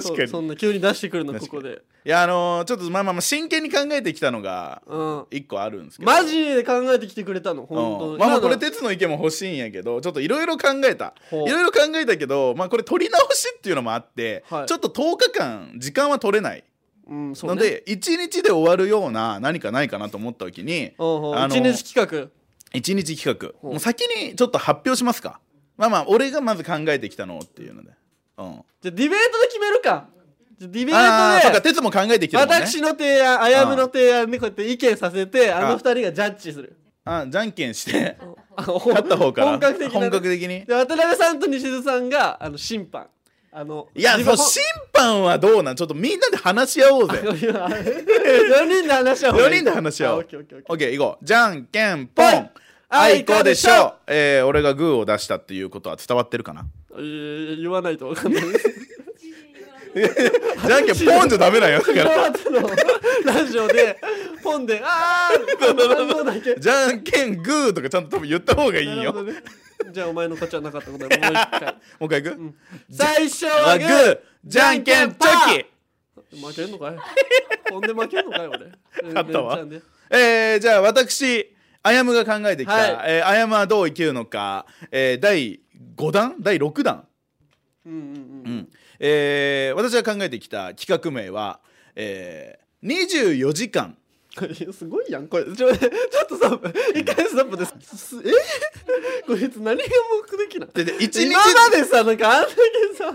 [SPEAKER 1] そ
[SPEAKER 2] 確
[SPEAKER 1] う
[SPEAKER 2] か
[SPEAKER 1] そ
[SPEAKER 2] に
[SPEAKER 1] んな急に出してくるのこ
[SPEAKER 2] 確か
[SPEAKER 1] こ
[SPEAKER 2] に
[SPEAKER 1] で
[SPEAKER 2] いやあのーちょっとまあまあまあ真剣に考えてきたのが
[SPEAKER 1] うん
[SPEAKER 2] 一個あるんですけど
[SPEAKER 1] マジで考えてきてくれたの本当
[SPEAKER 2] うんまあまあこれ
[SPEAKER 1] て
[SPEAKER 2] 鉄の意見も欲しいんやけどちょっといろいろ考えたい
[SPEAKER 1] ほう
[SPEAKER 2] ろいろ考えたけどまあこれ取り直しっていうのもあって、
[SPEAKER 1] はい
[SPEAKER 2] ちょっと10日間時間は取れない
[SPEAKER 1] うんそう
[SPEAKER 2] の
[SPEAKER 1] ね
[SPEAKER 2] で1日で終わるような何かないかなと思った時に
[SPEAKER 1] うんうん
[SPEAKER 2] あの
[SPEAKER 1] 一日企
[SPEAKER 2] 1日企画
[SPEAKER 1] ほう
[SPEAKER 2] もう先にちょっと発表しますかまあまあ俺がまず考えてきたのっていうので、うん、
[SPEAKER 1] 画じゃあディベートで決めるかじゃあディベ
[SPEAKER 2] ああーそ
[SPEAKER 1] ー
[SPEAKER 2] っか
[SPEAKER 1] トで
[SPEAKER 2] 鉄も考えてきてるもんね
[SPEAKER 1] 私の提案あやむの提案でこうやって意見させてあの二人がジャッジする
[SPEAKER 2] あじゃんけんして
[SPEAKER 1] あほん
[SPEAKER 2] (laughs) 勝った方から
[SPEAKER 1] 本格的な
[SPEAKER 2] 本格的に
[SPEAKER 1] で渡辺さんと西津さんがあの審判あの
[SPEAKER 2] いや
[SPEAKER 1] 自
[SPEAKER 2] そ
[SPEAKER 1] 分 (laughs)
[SPEAKER 2] う審判はどうなんちょっとみんなで話し合おうぜ
[SPEAKER 1] 4人で話し合おう
[SPEAKER 2] 4人で話し合お
[SPEAKER 1] あオ
[SPEAKER 2] う
[SPEAKER 1] ッケーオッケーオッケー
[SPEAKER 2] オッケー行こうじゃんけんぽん
[SPEAKER 1] ぽい
[SPEAKER 2] あいこでし
[SPEAKER 1] あいこ
[SPEAKER 2] ょえー、俺がグーを出したっていうことは伝わってるかな
[SPEAKER 1] えー言わないと分かんない
[SPEAKER 2] (laughs) じゃんけんぽんじゃダメなんよだから
[SPEAKER 1] ラジオの (laughs) ラジオでポンであ
[SPEAKER 2] (laughs)
[SPEAKER 1] ーそうだっけ
[SPEAKER 2] じゃんけんグーとかちゃんと多分言った方がいい
[SPEAKER 1] なる
[SPEAKER 2] よ
[SPEAKER 1] ほ
[SPEAKER 2] も
[SPEAKER 1] ど
[SPEAKER 2] う
[SPEAKER 1] ねじゃあお前の勝ちはなかったことだもう一
[SPEAKER 2] (laughs)
[SPEAKER 1] 回
[SPEAKER 2] 一回行く、
[SPEAKER 1] 最初は
[SPEAKER 2] あ
[SPEAKER 1] グ
[SPEAKER 2] グ
[SPEAKER 1] ー
[SPEAKER 2] ーじゃんけんチョキ
[SPEAKER 1] 負けんのかいほんで負けんのかい俺
[SPEAKER 2] 勝ったわ
[SPEAKER 1] うんじゃあね
[SPEAKER 2] えー、じゃあ私あやむが考えてきた、
[SPEAKER 1] は
[SPEAKER 2] えーあやむはどう生きるのか、えー、第5弾第6弾、
[SPEAKER 1] うんうん
[SPEAKER 2] う
[SPEAKER 1] うん
[SPEAKER 2] んえー、私が考えてきた企画名は、えー、24時間
[SPEAKER 1] これすごいやんこれちょちょっとさ一回ストップですすえこいつ何が目的なの
[SPEAKER 2] でで一日
[SPEAKER 1] 今までさなんかあんだけさ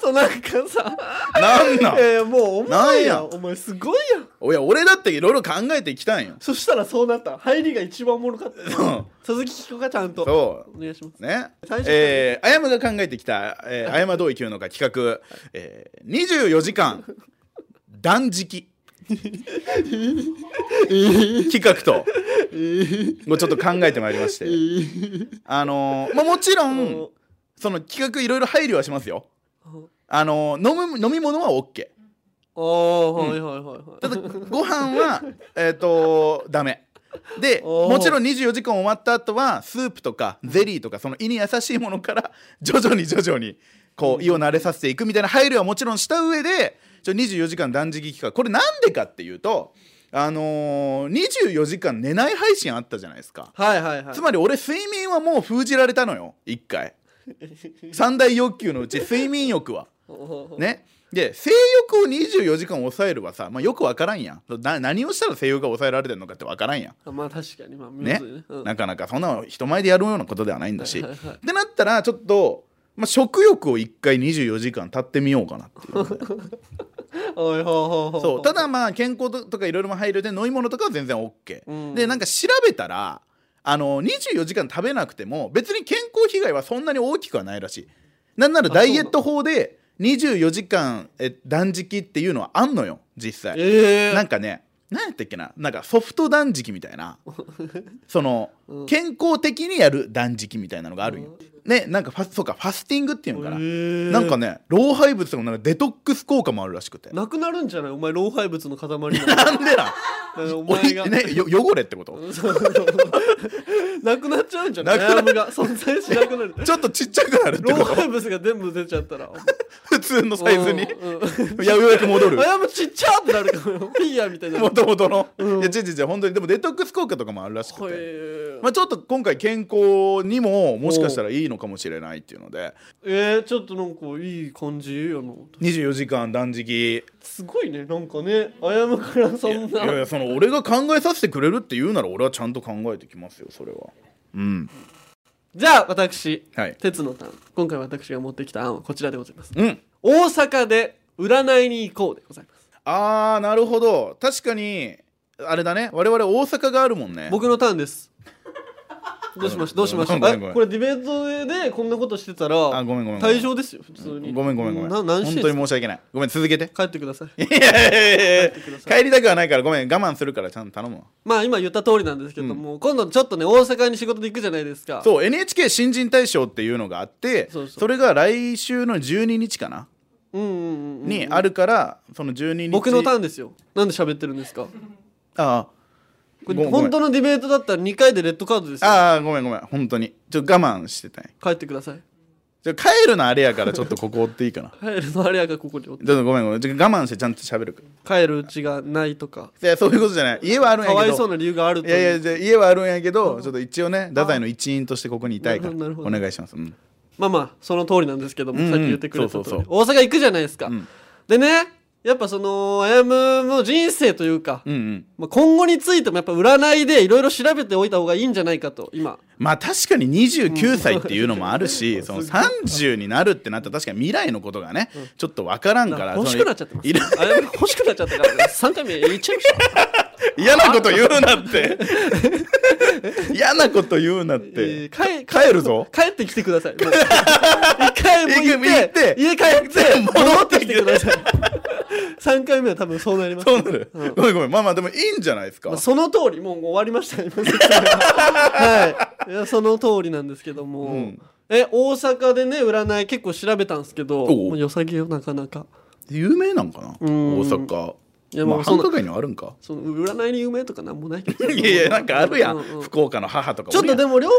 [SPEAKER 1] そうなんかさ
[SPEAKER 2] なんなん
[SPEAKER 1] えー、もうお前やん
[SPEAKER 2] なん
[SPEAKER 1] お前すごいやん
[SPEAKER 2] おや俺だっていろいろ考えてきたんよ (laughs)
[SPEAKER 1] そしたらそうなった入りが一番おもろかった
[SPEAKER 2] そう
[SPEAKER 1] 鈴木紀子がちゃんと
[SPEAKER 2] そ
[SPEAKER 1] お願いします
[SPEAKER 2] うね
[SPEAKER 1] 最初から
[SPEAKER 2] えー、あやむが考えてきた、えー、あやまどう生きるのか企画、えー、24時間断食企
[SPEAKER 1] (laughs)
[SPEAKER 2] 画ともうちょっと考えてまいりましてあのーまあ、もちろ
[SPEAKER 1] うんん
[SPEAKER 2] その企画いろいろ配慮はしますよあのー飲む飲み物は OK
[SPEAKER 1] ああはいはいはいはい (laughs)
[SPEAKER 2] ただご飯はえっとダメで
[SPEAKER 1] おー
[SPEAKER 2] もちろん24時間終わった後はスープとかゼリーとかその胃に優しいものから (laughs) 徐々に徐々にこう胃を慣れさせていくみたいな配慮はもちろんした上でちょ24時間断食期間これなんでかっていうとあのー、24時間寝ない配信あったじゃないですか
[SPEAKER 1] はいはいはい
[SPEAKER 2] つまり俺睡眠はもう封じられたのよ一
[SPEAKER 1] (laughs)
[SPEAKER 2] 回三大欲求のうち睡眠欲は。ねで性欲を24時間抑えるはさ、まあ、よくわからんやんな何をしたら性欲が抑えられてるのかってわからんやん
[SPEAKER 1] まあ確かにまあ
[SPEAKER 2] ね
[SPEAKER 1] うん
[SPEAKER 2] なかなかそんなの人前でやるようなことではないんだし
[SPEAKER 1] はいはいはい
[SPEAKER 2] ってなったらちょっと、まあ、食欲を一回24時間経ってみようかなっていう
[SPEAKER 1] おいほうほうほう
[SPEAKER 2] そうただまあ健康とかいろいろも入るで飲み物とかは全然 OK、
[SPEAKER 1] うん
[SPEAKER 2] でなんか調べたらあの24時間食べなくても別に健康被害はそんなに大きくはないらしいなんならダイエット法で24時間え断食っていうのはあんのよ実際
[SPEAKER 1] ええ
[SPEAKER 2] なんかね何やったっけななんかソフト断食みたい
[SPEAKER 1] (laughs)
[SPEAKER 2] なその、
[SPEAKER 1] うん
[SPEAKER 2] 健康的にやる断食みたいなのがあるんよ、ねなんかファスそうかファスティングっていうのかな、なんか
[SPEAKER 1] ね
[SPEAKER 2] ね老廃物とかもなんかデトックス効果もあるらしくて
[SPEAKER 1] なくなるんじゃないお前老廃物の塊なの
[SPEAKER 2] なんでなん
[SPEAKER 1] お
[SPEAKER 2] (laughs) お
[SPEAKER 1] 前
[SPEAKER 2] い
[SPEAKER 1] が
[SPEAKER 2] ねよ汚れってこと
[SPEAKER 1] そうなくなっちゃうんじゃない
[SPEAKER 2] なくな
[SPEAKER 1] 悩みが存在しなくなる
[SPEAKER 2] (laughs) ちょっとちっちゃくなるって
[SPEAKER 1] 老
[SPEAKER 2] こと
[SPEAKER 1] 廃物が全部出ちゃったら
[SPEAKER 2] 普通のサイズにい
[SPEAKER 1] うんうん
[SPEAKER 2] やようやく
[SPEAKER 1] (laughs)
[SPEAKER 2] 戻る
[SPEAKER 1] あやもちっちゃってなるからピーヤみたいな
[SPEAKER 2] もともとの、
[SPEAKER 1] うん
[SPEAKER 2] いや違う違う違う本当にでもデトックス効果とかもあるらしく
[SPEAKER 1] こ
[SPEAKER 2] て、
[SPEAKER 1] れ
[SPEAKER 2] まあ、ちょっと今回健康にももしかしたらいいのかもしれないっていうので
[SPEAKER 1] えー、ちょっとなんかいい感じやな
[SPEAKER 2] 24時間断食
[SPEAKER 1] すごいねなんかねあやむからそん
[SPEAKER 2] いやい
[SPEAKER 1] な
[SPEAKER 2] やその俺が考えさせてくれるって言うなら俺はちゃんと考えてきますよそれはうん
[SPEAKER 1] じゃあ私
[SPEAKER 2] はい
[SPEAKER 1] 鉄のターン今回私が持ってきた案はこちらでございます
[SPEAKER 2] うん
[SPEAKER 1] 大阪で占いに行こうでございます
[SPEAKER 2] あーなるほど確かにあれだね我々大阪があるもんね
[SPEAKER 1] 僕のターン
[SPEAKER 2] (laughs)
[SPEAKER 1] ですどうしましたどうしました
[SPEAKER 2] ごめんごめん
[SPEAKER 1] あこれディベートでこんなことしてたら
[SPEAKER 2] あごめんごめんごめん
[SPEAKER 1] 退場ですよ普通に
[SPEAKER 2] ごめんごめんごめん
[SPEAKER 1] な
[SPEAKER 2] 本
[SPEAKER 1] 何
[SPEAKER 2] 当
[SPEAKER 1] し
[SPEAKER 2] に
[SPEAKER 1] てんすか
[SPEAKER 2] 申し訳ないごめん続けて
[SPEAKER 1] 帰ってください
[SPEAKER 2] いやいやいやい
[SPEAKER 1] 帰ってくださ
[SPEAKER 2] や帰りたくはないからごめん我慢するからちゃんと頼むわ
[SPEAKER 1] まあ今言った通りなんですけども、今度ちょっとね大阪に仕事で行くじゃないですか
[SPEAKER 2] そう NHK 新人大賞っていうのがあって
[SPEAKER 1] そうそう
[SPEAKER 2] れが来週の12日かな
[SPEAKER 1] うんうんうんうん
[SPEAKER 2] にあるからその12日
[SPEAKER 1] 僕のター
[SPEAKER 2] ン
[SPEAKER 1] ンですよなんで喋ってるんですか
[SPEAKER 2] あ
[SPEAKER 1] こ
[SPEAKER 2] ごめ
[SPEAKER 1] れ
[SPEAKER 2] んごめ
[SPEAKER 1] 本
[SPEAKER 2] ん
[SPEAKER 1] 当のディベートだったら2回でレッドカードです
[SPEAKER 2] あ
[SPEAKER 1] よ
[SPEAKER 2] ああごめんごめん本当にちょっと我慢してたんや
[SPEAKER 1] 帰ってください
[SPEAKER 2] じゃあ帰るのあれやからちょっとここ追っていいかな (laughs) ち
[SPEAKER 1] 帰るのあれやがここにおって
[SPEAKER 2] ょっとごめんごめんちょっと我慢してちゃんと喋るから
[SPEAKER 1] 帰るうちがないとか
[SPEAKER 2] いやそういうことじゃない家はあるんや
[SPEAKER 1] か
[SPEAKER 2] けど
[SPEAKER 1] わいそうな理由があると
[SPEAKER 2] いやいや
[SPEAKER 1] いう
[SPEAKER 2] じゃあ家はあるんやけど、ちょっと一応ね太宰の一員としてここにいたいから
[SPEAKER 1] なるほどなるほ
[SPEAKER 2] お
[SPEAKER 1] ど
[SPEAKER 2] 願いします、うん
[SPEAKER 1] まあまあその通りなんですけども、
[SPEAKER 2] うんうん
[SPEAKER 1] さっき言ってくれた
[SPEAKER 2] そ
[SPEAKER 1] と
[SPEAKER 2] うそうそう
[SPEAKER 1] 大阪行くじゃないですか、
[SPEAKER 2] うん
[SPEAKER 1] でねやっぱそのあやむの人生というか、
[SPEAKER 2] うんうん
[SPEAKER 1] まあ、今後についてもやっぱ占いでいろいろ調べておいた方がいいんじゃないかと今
[SPEAKER 2] まあ確かに29歳っていうのもあるし、その30になるってなったら確かに未来のことがね、ちょっと分からんから
[SPEAKER 1] 欲しくなっちゃってま
[SPEAKER 2] そのい
[SPEAKER 1] すあやむ欲しくなっちゃったから、ね、3回目言っちゃいました
[SPEAKER 2] 嫌なこと言うなって嫌なこと言うなって、
[SPEAKER 1] えー帰
[SPEAKER 2] 帰るぞ
[SPEAKER 1] 帰ってきてくださいも
[SPEAKER 2] (laughs)
[SPEAKER 1] う一回も
[SPEAKER 2] 行く行
[SPEAKER 1] 行
[SPEAKER 2] っ
[SPEAKER 1] ってて家帰って
[SPEAKER 2] 戻
[SPEAKER 1] 戻
[SPEAKER 2] っ
[SPEAKER 1] っててき
[SPEAKER 2] きて
[SPEAKER 1] てください三回目は多分そうなります
[SPEAKER 2] そうなる、ごめんごめんまあまあでもいいんじゃないですか、
[SPEAKER 1] まあその通りもう終わりましたねはいいやその通りなんですけども、
[SPEAKER 2] ん
[SPEAKER 1] え大阪でね占い結構調べたんですけど
[SPEAKER 2] おう
[SPEAKER 1] もう良さげよなかなか
[SPEAKER 2] 有名なんかな大
[SPEAKER 1] ん
[SPEAKER 2] 阪
[SPEAKER 1] いや
[SPEAKER 2] ま
[SPEAKER 1] も
[SPEAKER 2] あ
[SPEAKER 1] うそ
[SPEAKER 2] 繁
[SPEAKER 1] んな
[SPEAKER 2] 華街にはあるんか
[SPEAKER 1] その占いに有名とかなんもないけど
[SPEAKER 2] いやいやなんかあるやん、
[SPEAKER 1] うう
[SPEAKER 2] 福岡の母とか
[SPEAKER 1] ちょっとで
[SPEAKER 2] も
[SPEAKER 1] も両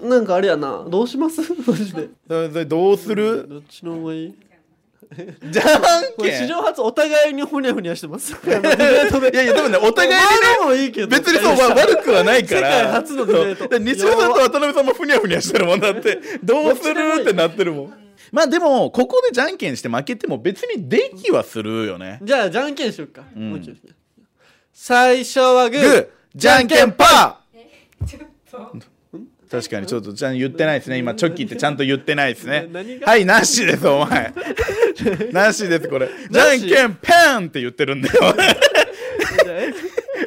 [SPEAKER 1] 方なんかあれやなどうします (laughs) マジで
[SPEAKER 2] どうする
[SPEAKER 1] どっちの方がいい
[SPEAKER 2] じゃん
[SPEAKER 1] これ
[SPEAKER 2] け
[SPEAKER 1] 史
[SPEAKER 2] ん
[SPEAKER 1] 上初お互いにほにゃふにゃしてます (laughs) いや
[SPEAKER 2] いやいやでもねお互いにね
[SPEAKER 1] もいいけど
[SPEAKER 2] (laughs) 別にそう、まあ、悪くはないから
[SPEAKER 1] 世界初のディベート
[SPEAKER 2] そうだから西村さんと渡辺さんもふにゃふにゃしてるもんだ (laughs) ってどうするってなってるもんまあでもここでじゃんけんして負けても別にできはするよね
[SPEAKER 1] じゃあじゃんけんしよっか、もう一回最初はグ
[SPEAKER 2] グ
[SPEAKER 1] ー
[SPEAKER 2] ーじゃんけんパー
[SPEAKER 5] ちょっと
[SPEAKER 2] 確かにちょっとちゃん言ってないですね今チョッキーってちゃんと言ってないですね
[SPEAKER 1] 何が
[SPEAKER 2] はいなしですお前なしですこれじゃんけんペンって言ってるんだよ
[SPEAKER 1] じゃあえ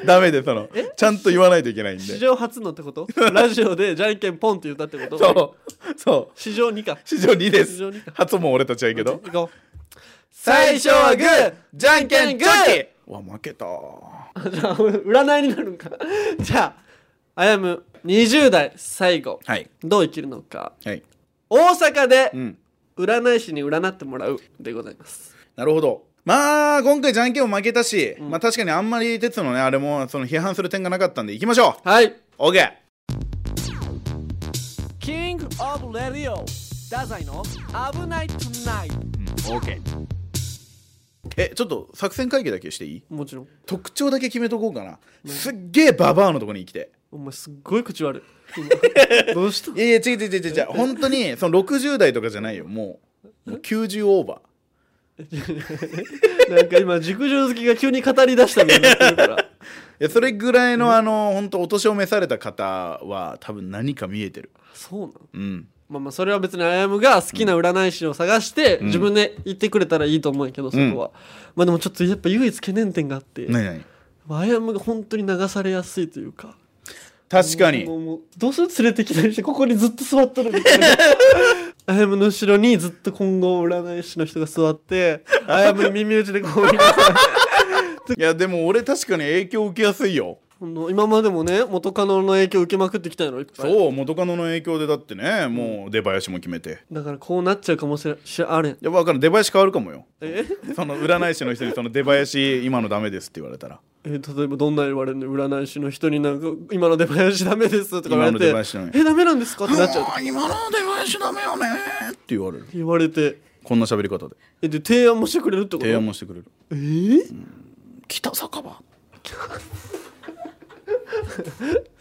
[SPEAKER 2] ダメでそのちゃんと言わないとい
[SPEAKER 1] (laughs)
[SPEAKER 2] けないん
[SPEAKER 1] 史
[SPEAKER 2] で
[SPEAKER 1] 上初のってことラジオでじゃんけんポンって言ったってこと
[SPEAKER 2] そうそう
[SPEAKER 1] 史上2か
[SPEAKER 2] 史上2です
[SPEAKER 1] 史上二か
[SPEAKER 2] (laughs) 初も俺たちはいいけど
[SPEAKER 1] 行こう最初はグー
[SPEAKER 2] じゃん
[SPEAKER 1] けんグー
[SPEAKER 2] うわ負けた
[SPEAKER 1] あじゃあ占いになるんかじゃああやむ20代最後
[SPEAKER 2] はい
[SPEAKER 1] どう生きるのか
[SPEAKER 2] はい
[SPEAKER 1] 大阪で
[SPEAKER 2] うん
[SPEAKER 1] 占い師に占ってもらうでございます
[SPEAKER 2] なるほどまあ今回じゃんけんも負けたし、まあ確かにあんまり鉄のねあれもその批判する点がなかったんでいきましょ
[SPEAKER 1] はいう
[SPEAKER 2] OK
[SPEAKER 1] キングオブレディオダザイの危ないトゥナイ
[SPEAKER 2] OK えちょっと作戦会議だけしていい
[SPEAKER 1] もちろん
[SPEAKER 2] 特徴だけ決めとこうかな、すっげえババアのとこに来て
[SPEAKER 1] お前すっごい口悪いどうした
[SPEAKER 2] いやいや違う違う違う違う本当にその60代とかじゃないよもうもう90オーバー
[SPEAKER 1] なんか今熟女好きが急に語り出したみたいになってるから
[SPEAKER 2] いやそれぐらいの、あの本当お年を召された方は多分何か見えてる
[SPEAKER 1] そうなの
[SPEAKER 2] うん
[SPEAKER 1] まあまあそれは別にあやむが好きな占い師を探して自分で言ってくれたらいいと思うんやけどそこは、まあでもちょっとやっぱ唯一懸念点があって、
[SPEAKER 2] 何何
[SPEAKER 1] まああやむが本当に流されやすいというか
[SPEAKER 2] 確かに
[SPEAKER 1] もうもうどうする連れてきたりしてここにずっと座っとるみた
[SPEAKER 2] (laughs)
[SPEAKER 1] いなあやむの後ろにずっと今後占い師の人が座ってあやむに耳打ちでこう
[SPEAKER 2] (laughs)
[SPEAKER 1] 見ながら
[SPEAKER 2] いやでも俺確かに影響受けやすいよ
[SPEAKER 1] この今までもね元カノの影響受けまくってきたのいっぱい
[SPEAKER 2] そう元カノの影響でだってねもう出囃子も決めて
[SPEAKER 1] だからこうなっちゃうかもしれしあれん
[SPEAKER 2] いや分からん出囃子変わるかもよ
[SPEAKER 1] え
[SPEAKER 2] その占い師の人にその出囃子今のダメですって言われたら
[SPEAKER 1] え例えばどんな言われるの占い師の人になんか「今の出囃子ダメです」とか言われ
[SPEAKER 2] 今の出
[SPEAKER 1] て
[SPEAKER 2] 囃子ダメ
[SPEAKER 1] 「えダメなんですか?」ってなっちゃう
[SPEAKER 2] あ今の出囃子ダメよねって言われる
[SPEAKER 1] 言われて
[SPEAKER 2] こんな喋り方で
[SPEAKER 1] えで提案もしてくれるってこと
[SPEAKER 2] 提案もしてくれる
[SPEAKER 1] えー
[SPEAKER 2] 北酒場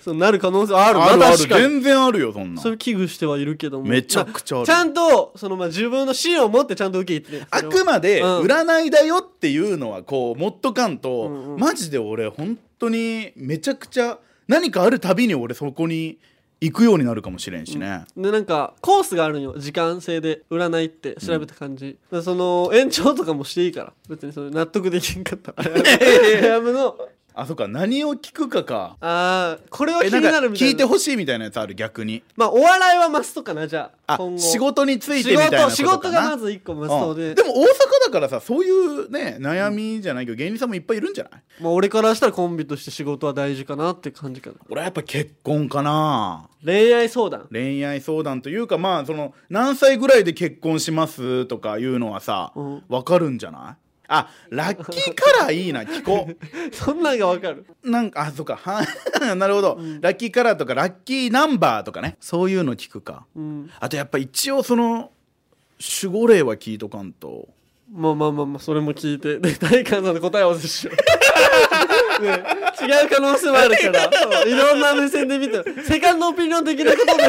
[SPEAKER 1] そうなる可能性あ
[SPEAKER 2] あ
[SPEAKER 1] る
[SPEAKER 2] るある
[SPEAKER 1] ま確かに
[SPEAKER 2] 全然あるよそんな
[SPEAKER 1] それ危惧してはいるけども
[SPEAKER 2] めちゃくちゃある
[SPEAKER 1] まちゃんとそのまあ自分の芯を持ってちゃんと受け入れて
[SPEAKER 2] あくまで
[SPEAKER 1] うん
[SPEAKER 2] 占いだよっていうのはこう持っとかんと、
[SPEAKER 1] うんうん
[SPEAKER 2] マジで俺本当にめちゃくちゃ何かあるたびに俺そこに行くようになるかもしれんしね、
[SPEAKER 1] でなんかコースがあるんよ時間制で占いって調べた感じ、でその延長とかもしていいから別にそれ納得できんかったら (laughs) アヤムの
[SPEAKER 2] あそっか何を聞くかか
[SPEAKER 1] ああこれは気
[SPEAKER 2] えな
[SPEAKER 1] に
[SPEAKER 2] んか
[SPEAKER 1] なるみたいな
[SPEAKER 2] 聞いてほしいみたいなやつある逆に
[SPEAKER 1] まあお笑いはマストかなじゃあ
[SPEAKER 2] あ
[SPEAKER 1] 今後
[SPEAKER 2] 仕事についてみたいなことかな
[SPEAKER 1] 仕事仕事がまず一個マスト
[SPEAKER 2] う
[SPEAKER 1] で
[SPEAKER 2] ん、でも大阪だからさそういうね悩みじゃないけど芸人さんもいっぱいいるんじゃない
[SPEAKER 1] まあ、俺からしたらコンビとして仕事は大事かなって感じかな
[SPEAKER 2] 俺はやっぱ結婚かな
[SPEAKER 1] 恋愛相
[SPEAKER 2] (laughs)
[SPEAKER 1] 談
[SPEAKER 2] 恋愛相談というかまあその何歳ぐらいで結婚しますとかいうのはさ、
[SPEAKER 1] うん
[SPEAKER 2] わかるんじゃないあラッキーカラーいいな聞こ
[SPEAKER 1] (laughs) そんなんがわかる
[SPEAKER 2] うなんかあそっか (laughs) はなるほど、ラッキーカラーとかラッキーナンバーとかねそういうの聞くか
[SPEAKER 1] うん
[SPEAKER 2] あとやっぱ一応その守護霊は聞いとかんと
[SPEAKER 1] まあまあまあまあそれも聞いてで大観さんの答えを合わせしよ
[SPEAKER 2] (laughs)
[SPEAKER 1] うね違う可能性もあるからそういろんな目線で見てセカンドオピニオン的なことで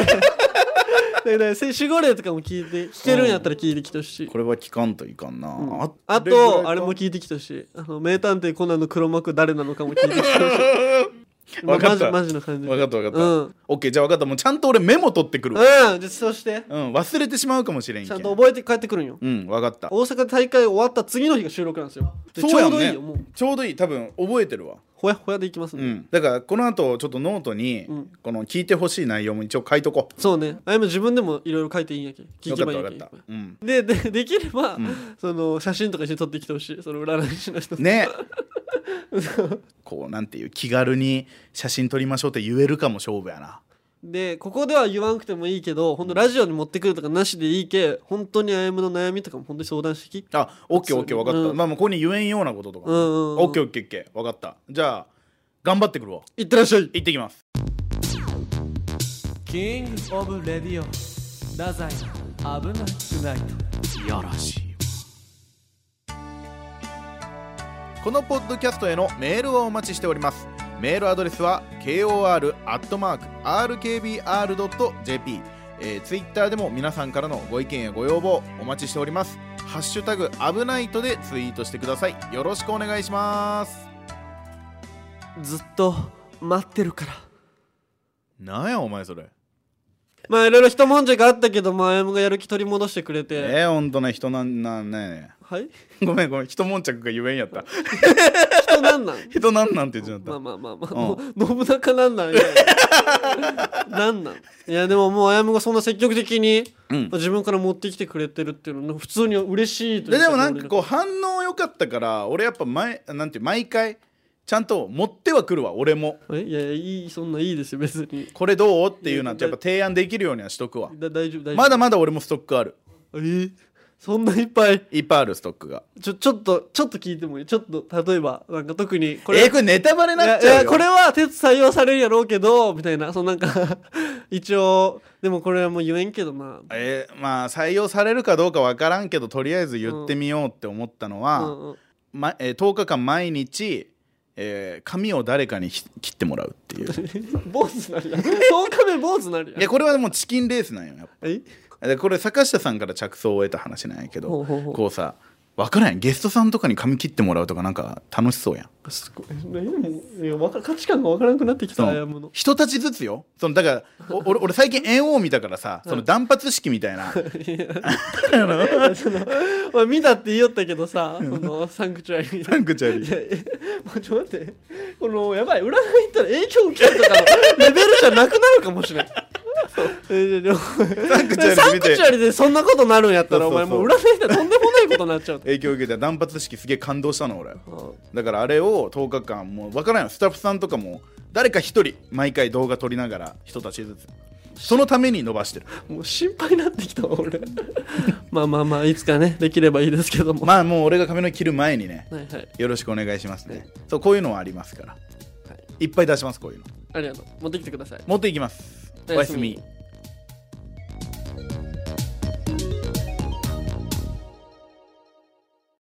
[SPEAKER 1] だ
[SPEAKER 2] (laughs)
[SPEAKER 1] からせ守護霊とかも聞いて聞けるんやったら聞いてきてほしい、
[SPEAKER 2] これは聞かんといかんな、あ
[SPEAKER 1] あ
[SPEAKER 2] れぐらいか
[SPEAKER 1] とあれも聞いてきてほしいあの名探偵コナンの黒幕誰なのかも聞いて
[SPEAKER 2] (laughs)
[SPEAKER 1] きてほしいまあ
[SPEAKER 2] わか
[SPEAKER 1] マ
[SPEAKER 2] っ
[SPEAKER 1] ジ
[SPEAKER 2] た
[SPEAKER 1] マジの感じ
[SPEAKER 2] わかったわかった、
[SPEAKER 1] うん
[SPEAKER 2] オッケーじゃあわかったもうちゃんと俺メモ取ってくるわ
[SPEAKER 1] うんじゃあそうして
[SPEAKER 2] うん忘れてしまうかもしれんけ
[SPEAKER 1] ちゃんと覚えて帰ってくるんよ
[SPEAKER 2] うんわかった
[SPEAKER 1] 大阪大会終わった次の日が収録なんですよで
[SPEAKER 2] そう
[SPEAKER 1] ちょ
[SPEAKER 2] やん
[SPEAKER 1] うどい
[SPEAKER 2] ね
[SPEAKER 1] いよもう
[SPEAKER 2] ちょうどいい多分覚えてるわ
[SPEAKER 1] ほやほやでいきます
[SPEAKER 2] う
[SPEAKER 1] ね、
[SPEAKER 2] んだからこの後ちょっとノートに、
[SPEAKER 1] ん
[SPEAKER 2] この聞いてほしい内容も一応書いとこ
[SPEAKER 1] そうねあやも自分でもいろいろ書いていいんやけ
[SPEAKER 2] う
[SPEAKER 1] 聞けばいいん
[SPEAKER 2] わ
[SPEAKER 1] やけ
[SPEAKER 2] かったわかったうん
[SPEAKER 1] ででできれば、その写真とか一緒に撮ってきてほしいその占い師の人と (laughs)
[SPEAKER 2] ねこうなんていう気軽に写真撮りましょうって言えるかも勝負やな
[SPEAKER 1] でここでは言わんくてもいいけどほんとラジオに持ってくるとかなしでいいけ本当にあやむの悩みとかも本当に相談してき
[SPEAKER 2] あオッケーオッケーわかった、
[SPEAKER 1] うん
[SPEAKER 2] まあもうここに言えんようなこととか、
[SPEAKER 1] うんうんうん
[SPEAKER 2] オッケーオッケーオッケーわかったじゃあ頑張ってくるわ
[SPEAKER 1] いってらっしゃい
[SPEAKER 2] 行ってきます
[SPEAKER 1] キングオブレディオ太宰危なくない
[SPEAKER 2] いやらしいこのポッドキャストへのメールをお待ちしておりますメールアドレスは kor.rkbr.jp えー、ツイッターでも皆さんからのご意見やご要望お待ちしておりますハッシュタグ危ないとでツイートしてくださいよろしくお願いします
[SPEAKER 1] ずっと待ってるから
[SPEAKER 2] なんやお前それ
[SPEAKER 1] まあいろいろ一悶着があったけどもあやむがやる気取り戻してくれて、
[SPEAKER 2] えー、ほんとね人なんなんね
[SPEAKER 1] はい
[SPEAKER 2] ごめんごめん人悶着がゆえんやった
[SPEAKER 1] 人なん
[SPEAKER 2] (laughs)
[SPEAKER 1] なん
[SPEAKER 2] 人なんなんって言っち
[SPEAKER 1] ま
[SPEAKER 2] ゃ
[SPEAKER 1] あ
[SPEAKER 2] っ
[SPEAKER 1] まあまあまあ、
[SPEAKER 2] うん
[SPEAKER 1] もう信長なんなんいやなんなんいやでももうあやむがそんな積極的に、
[SPEAKER 2] うん
[SPEAKER 1] 自分から持ってきてくれてるっていうのは普通に嬉しいと
[SPEAKER 2] た
[SPEAKER 1] いう
[SPEAKER 2] ででもなんかこう反応良かったから俺やっぱ前なんていう毎回ちゃんと持ってはくるわ俺も
[SPEAKER 1] うえいやいやいいそんないいですよ別に
[SPEAKER 2] これどうっていうなんてやっぱ提案できるようにはしとくわ
[SPEAKER 1] だ大丈夫大丈夫
[SPEAKER 2] まだまだ俺もストックある
[SPEAKER 1] えーそんないっぱい
[SPEAKER 2] いっぱいあるストックが
[SPEAKER 1] ちょちょっとちょっと聞いてもいいちょっと例えばなんか特にこ
[SPEAKER 2] えーこれネタバレ
[SPEAKER 1] い
[SPEAKER 2] にな
[SPEAKER 1] や
[SPEAKER 2] っ
[SPEAKER 1] い
[SPEAKER 2] ちゃ
[SPEAKER 1] や
[SPEAKER 2] うよ
[SPEAKER 1] これは鉄採用されるやろうけどみたいなそのなんか (laughs) 一応でもこれはもう言えんけどな
[SPEAKER 2] えーまあ採用されるかどうかわからんけどとりあえず言ってみようって思ったのは、
[SPEAKER 1] うんうん
[SPEAKER 2] まえー10日間毎日、えー髪を誰かにひ切ってもらうって
[SPEAKER 1] (laughs)
[SPEAKER 2] いう
[SPEAKER 1] 坊主なるやん10日目坊主なるや
[SPEAKER 2] い
[SPEAKER 1] ん
[SPEAKER 2] やこれはもうチキンレースなんよやっぱ
[SPEAKER 1] え
[SPEAKER 2] でこれ坂下さんから着想を得た話なんやけど
[SPEAKER 1] ほうほうほう
[SPEAKER 2] こうさ分からんやんゲストさんとかに髪切ってもらうとかなんか楽しそうやん
[SPEAKER 1] すごい何もいやわか価値観がわからなくなってきた
[SPEAKER 2] その
[SPEAKER 1] あやむの
[SPEAKER 2] 人たちずつよそのだからお俺俺最近猿王見たからさその断髪式みた
[SPEAKER 1] (laughs)
[SPEAKER 2] いな
[SPEAKER 1] まあ見たって言いよったけどさそのサンクチュアリみた
[SPEAKER 2] サ
[SPEAKER 1] い
[SPEAKER 2] ンクチュアリ
[SPEAKER 1] ないやえもうちょっと待ってこのやばい占い行ったら影響受けるとかのレベルじゃなくなるかもしれないえでも (laughs) サン
[SPEAKER 2] クチュアリ見て
[SPEAKER 1] クチュアリでそんなことなるんやったら
[SPEAKER 2] そう
[SPEAKER 1] お
[SPEAKER 2] そう
[SPEAKER 1] 前
[SPEAKER 2] そう
[SPEAKER 1] もう占い行ったらとんでもないことになっちゃう
[SPEAKER 2] 影響受けて断髪式すげえ感動したの俺だからあれを10日間もう分からんよスタッフさんとかも誰か一人毎回動画撮りながら人たちずつそのために伸ばしてる
[SPEAKER 1] もう心配になってきたわ俺 (laughs) まあまあまあいつかねできればいいですけどもは
[SPEAKER 2] まあもう俺が髪の毛切る前にね
[SPEAKER 1] いはい
[SPEAKER 2] よろしくお願いしますねそうこういうのはありますから
[SPEAKER 1] はい
[SPEAKER 2] いっぱい出しますこういうの
[SPEAKER 1] ありがとう持ってきてください
[SPEAKER 2] 持っていきますお
[SPEAKER 1] お
[SPEAKER 2] や
[SPEAKER 1] や
[SPEAKER 2] す
[SPEAKER 1] す
[SPEAKER 2] み
[SPEAKER 1] み